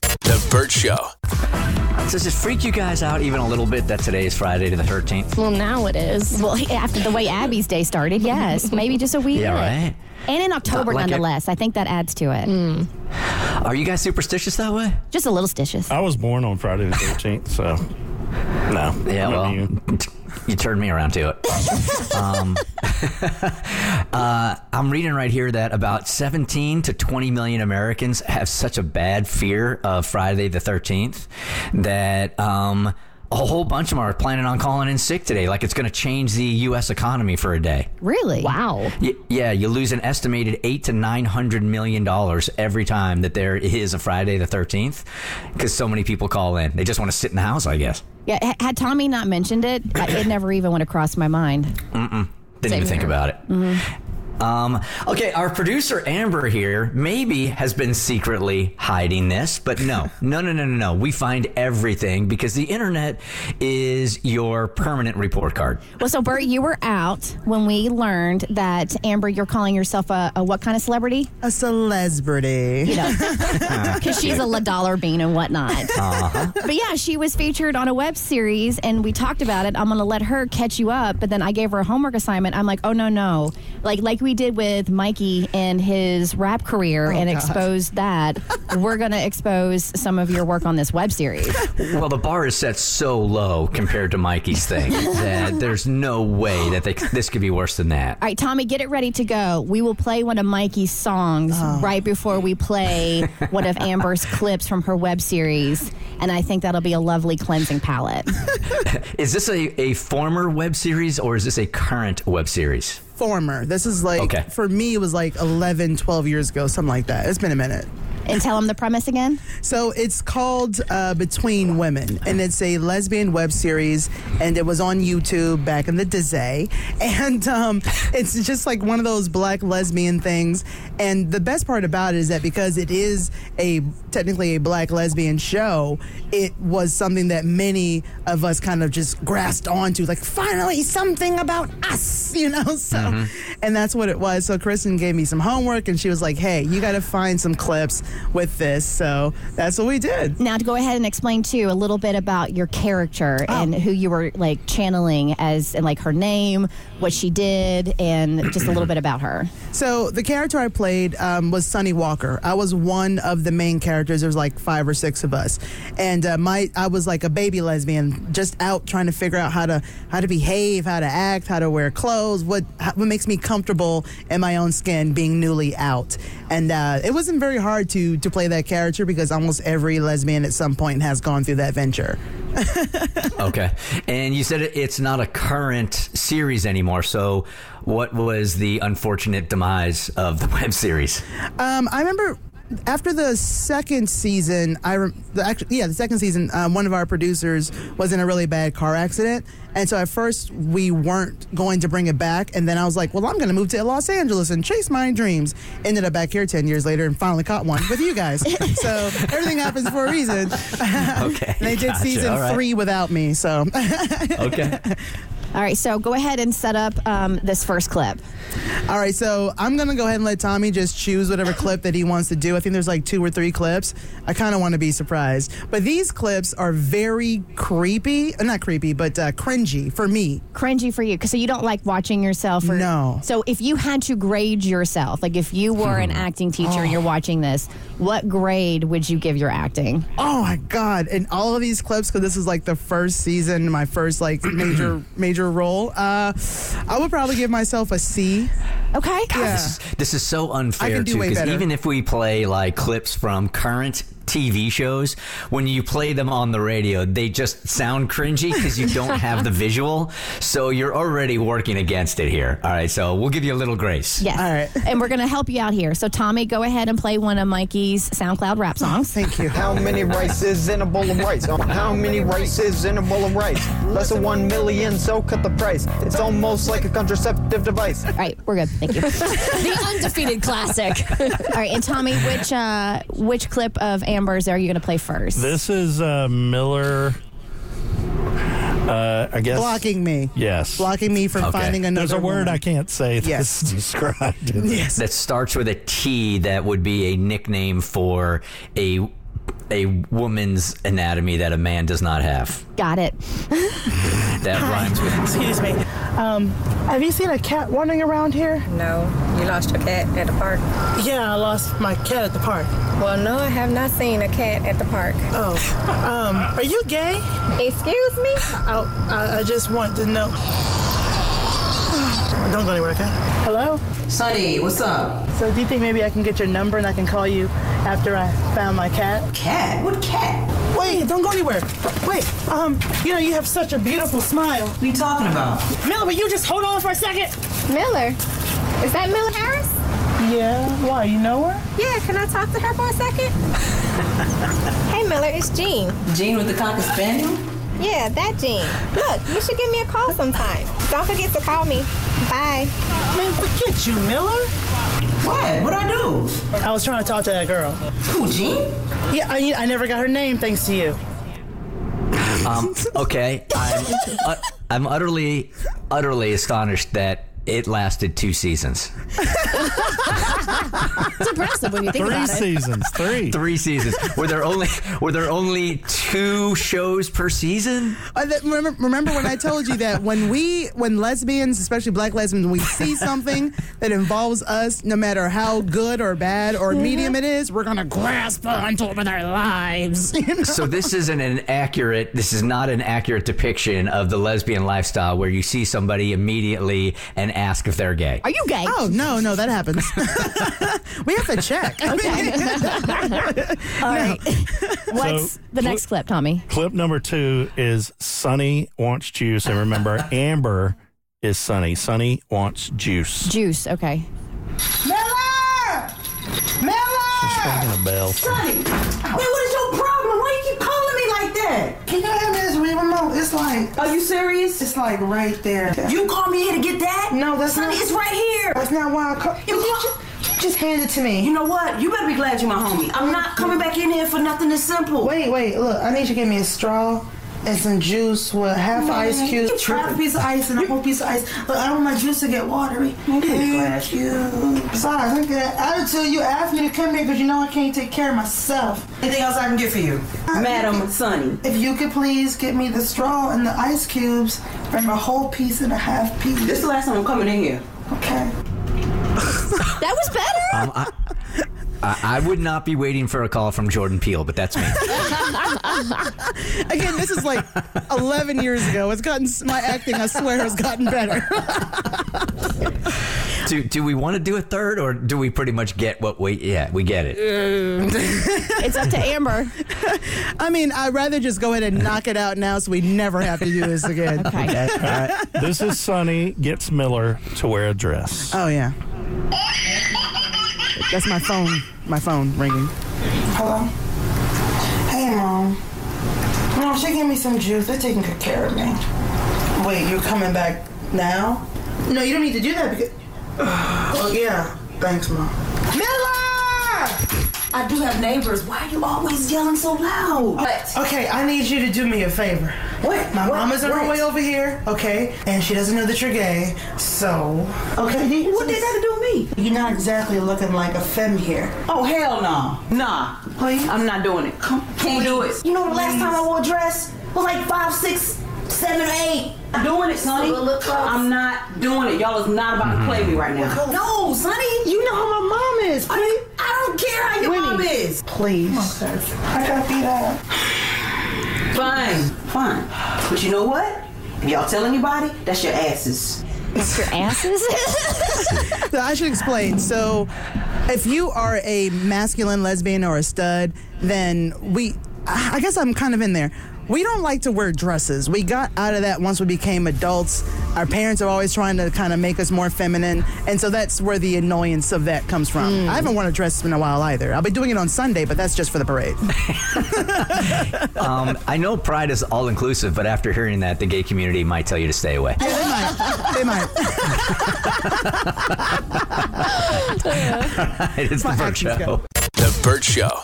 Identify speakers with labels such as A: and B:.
A: The Burt Show.
B: Does it freak you guys out even a little bit that today is Friday the 13th?
C: Well, now it is.
D: Well, after the way Abby's day started, yes, maybe just a week.
B: Yeah, right?
D: And in October,
B: Not like it-
D: nonetheless, I think that adds to it.
C: Mm.
B: Are you guys superstitious that way?
D: Just a little stitious.
E: I was born on Friday the 13th, so no.
B: Yeah,
E: I'm
B: well,
E: immune.
B: you turned me around to it. um, uh, I'm reading right here that about 17 to 20 million Americans have such a bad fear of Friday the 13th that um, a whole bunch of them are planning on calling in sick today. Like it's going to change the U.S. economy for a day.
D: Really?
C: Wow.
B: Y- yeah, you lose an estimated eight to nine hundred million dollars every time that there is a Friday the thirteenth, because so many people call in. They just want to sit in the house, I guess.
D: Yeah. h- Had Tommy not mentioned it, I- it never even went across my mind.
B: Didn't even think about it. Um, okay, our producer Amber here maybe has been secretly hiding this, but no, no, no, no, no, no. We find everything because the internet is your permanent report card.
D: Well, so Bert, you were out when we learned that Amber, you're calling yourself a, a what kind of celebrity?
F: A celebrity.
D: You know, because she's a La Dollar Bean and whatnot. But yeah, she was featured on a web series, and we talked about it. I'm going to let her catch you up, but then I gave her a homework assignment. I'm like, oh no, no, like like we did with Mikey and his rap career, and exposed that. we're going to expose some of your work on this web series.
B: Well, the bar is set so low compared to Mikey's thing that there's no way that they, this could be worse than that.
D: All right, Tommy, get it ready to go. We will play one of Mikey's songs right before we play one of Amber's clips from her web series. And I think that'll be a lovely cleansing palette.
B: Is this a, a former web series or is this a current web series?
F: Former. This is like,
B: Okay.
F: for me, it was like 11, 12 years ago, something like that. It's been a minute.
D: and tell him the premise again.
F: So it's called uh, Between Women, and it's a lesbian web series, and it was on YouTube back in the day. And um, it's just like one of those black lesbian things. And the best part about it is that because it is a technically a black lesbian show, it was something that many of us kind of just grasped onto, like finally something about us, you know. So, and that's what it was. So Kristen gave me some homework, and she was like, "Hey, you got to find some clips with this." So that's what we did.
D: Now, to go ahead and explain too a little bit about your character
F: Oh.
D: and who you were like channeling as, and like her name, what she did, and just a little bit about her.
F: So the character I played um, was Sunny Walker. I was one of the main characters. There was like five or six of us, and uh, my I was like a baby lesbian, just out trying to figure out how to how to behave, how to act, how to wear clothes, what how, what makes me comfortable in my own skin, being newly out. And uh, it wasn't very hard to to play that character because almost every lesbian at some point has gone through that venture.
B: Okay. And you said it- it's not a current series anymore. So, what was the unfortunate demise of the web series?
F: Um, I remember after the second season, I rem- the, actually, yeah, the second season, um, one of our producers was in a really bad car accident, and so at first we weren't going to bring it back, and then I was like, well, I'm going to move to Los Angeles and chase my dreams. Ended up back here ten years later and finally caught one with you guys. so everything happens for a reason.
B: Okay.
F: And they did
B: Gotcha.
F: season
B: All right.
F: three without me, so.
B: Okay.
D: All right, so go ahead and set up um, this first clip.
F: All right, so I'm gonna go ahead and let Tommy just choose whatever clip that he wants to do. I think there's like two or three clips. I kind of want to be surprised, but these clips are very creepy. uh, Not creepy, but uh, cringy for me.
D: Cringy for you, because so you don't like watching yourself. Or,
F: No.
D: So if you had to grade yourself, like if you were an
F: Hmm.
D: acting teacher and
F: Oh.
D: you're watching this, what grade would you give your acting?
F: Oh my god! And all of these clips, because this is like the first season, my first like major major role. Uh, I would probably give myself a C.
D: Okay.
B: This, is, this is so
F: I
B: unfair,
F: can do
B: too,
F: way
B: because
F: better.
B: even if we play like clips from current TV shows, when you play them on the radio, they just sound cringy because you don't have the visual. So, you're already working against it here. All right. So, we'll give you a little grace.
D: Yes.
F: All right.
D: And we're going to help you out here. So, Tommy, go ahead and play one of Mikey's SoundCloud rap songs.
F: Thank you.
G: How many rices in a bowl of rice? Uh, How many rices in a bowl of rice? Less than one million, so cut the price. It's almost like a contraceptive device.
D: All right, we're good. Thank you.
C: the undefeated classic.
D: All right, and Tommy, which uh, which clip of Amber's are you going to play first?
E: This is uh, Miller. Uh, I guess
F: Blocking me.
E: Yes.
F: Blocking me from
B: Okay.
F: finding another.
E: There's a word
F: woman.
E: I can't say that's
F: Yes.
E: described. in
F: Yes.
B: that starts with a T that would be a nickname for a a woman's anatomy that a man does not have.
D: Got it.
B: That rhymes with
A: Excuse me. Um, have you seen a cat wandering around here?
H: No, you lost your cat at the park.
A: Yeah, I lost my cat at the park.
H: Well, no, I have not seen a cat at the park.
I: Uh,
A: Oh, um, are you gay?
H: Excuse me?
A: I, I, I just want to know. Don't go anywhere, okay? Hello?
I: Sonny, what's up?
A: So, do you think maybe I can get your number and I can call you after I found my cat?
I: Cat? What cat?
A: Wait, don't go anywhere. Wait, um, you know, you have such a beautiful smile.
I: What are you talking about?
A: Miller, will you just hold on for a second?
H: Miller. Is that Miller Harris?
A: Yeah, why? You know her?
H: Yeah, can I talk to her for a second? hey, Miller, it's Jean.
I: Gene with the cocker spaniel?
H: Yeah, that Jean. Look, you should give me a call sometime. Don't forget to call me. Bye.
A: Man, forget you, Miller.
I: What? What'd I do?
A: I was trying to talk to that girl.
I: Who, Gene?
A: Yeah, I, I never got her name thanks to you.
B: Um, okay, I'm, uh, I'm utterly, utterly astonished that it lasted two seasons,
C: It's impressive when you think
E: Three
C: about it.
E: seasons. Three.
B: three seasons. Were there only were there only two shows per season?
F: I th- remember, remember when I told you that when we, when lesbians, especially black lesbians, we see something that involves us, no matter how good or bad or medium it is, we're gonna grasp onto it with our lives. You know?
B: So this isn't an accurate. This is not an accurate depiction of the lesbian lifestyle, where you see somebody immediately and ask if they're gay.
D: Are you gay?
F: Oh no, no, that happens. we have to check.
D: All right. What's
E: So-
D: the next clip, Tommy?
E: Clip number two is Sunny wants juice. And remember, Amber is Sunny. Sunny wants juice.
D: Juice. Okay.
I: Miller! Miller!
E: Ringing a bell.
I: Sonny, wait, what is your problem? Why you keep calling me like that?
J: Can you have this remote? It's like,
I: Are you serious?
J: it's like right there.
I: You called me here to get that?
J: No, that's
I: Sonny,
J: not-
I: it's right here.
J: That's not why I call.
I: You call-
J: Just hand it to
I: You
J: me.
I: know what? You better be glad you're my homie. I'm not coming back in here for nothing that's simple.
J: Wait, wait, look. I need you to give me a straw and some juice with half ice cubes.
I: you tripping.
J: Half piece of ice and a whole piece of ice. Look, I don't want my juice to get watery. Thank you. Besides, look at that attitude. You asked me to come here because you know I can't take care of myself.
I: Anything else I can get for you? Madam Sonny.
J: If you could please get me the straw and the ice cubes, bring a whole piece and a half piece.
I: This is the last time I'm coming in here.
J: okay.
D: That was better.
B: Um, I, I, I would not be waiting for a call from Jordan Peele, but that's me.
F: Again, this is like 11 years ago. It's gotten my acting. I swear, has gotten better.
B: do, do we want to do a third, or do we pretty much get what we? Yeah, we get it.
D: It's up to Amber.
F: I mean, I'd rather just go ahead and knock it out now, so we never have to do this again.
D: Okay.
E: This is Sunny gets Miller to wear a dress.
F: Oh yeah, that's my phone. My phone ringing.
J: Hello? Hey, Mom. Mom, she gave me some juice. They're taking good care of me. Wait, you're coming back now? No, you don't need to do that because. Oh, yeah. Thanks, Mom. Miller!
I: I do have neighbors. Why are you always yelling so loud? What?
J: Okay, I need you to do me a favor.
I: What?
J: My
I: What?
J: mama's on her
I: What?
J: way over here, okay? And she doesn't know that you're gay, so. Okay?
I: What did that do to me?
J: You're not exactly looking like a femme here.
I: Oh hell no, nah.
J: Please?
I: I'm not doing it. Come, can't do it. You know the last time I wore a dress was like five, six, seven, eight. I'm doing it, Sonny. I'm not doing it. Y'all is not about to play me right now. No, Sonny. You know how my mom is. I, I don't care how your mom is.
J: Please. I got beat up.
I: Fine, fine. But you know what? If y'all tell anybody, that's your asses.
D: It's your asses.
F: So I should explain. So, if you are a masculine lesbian or a stud, then we, I I guess I'm kind of in there. We don't like to wear dresses. We got out of that once we became adults. Our parents are always trying to kind of make us more feminine. And so that's where the annoyance of that comes from. I haven't worn a dress in a while either. I'll be doing it on Sunday, but that's just for the parade.
B: Um, I know pride is all inclusive, but after hearing that, the gay community might tell you to stay away.
F: they might. They might.
B: it is the
F: My
B: Burt
F: actions
B: Show.
F: go.
K: The Burt Show.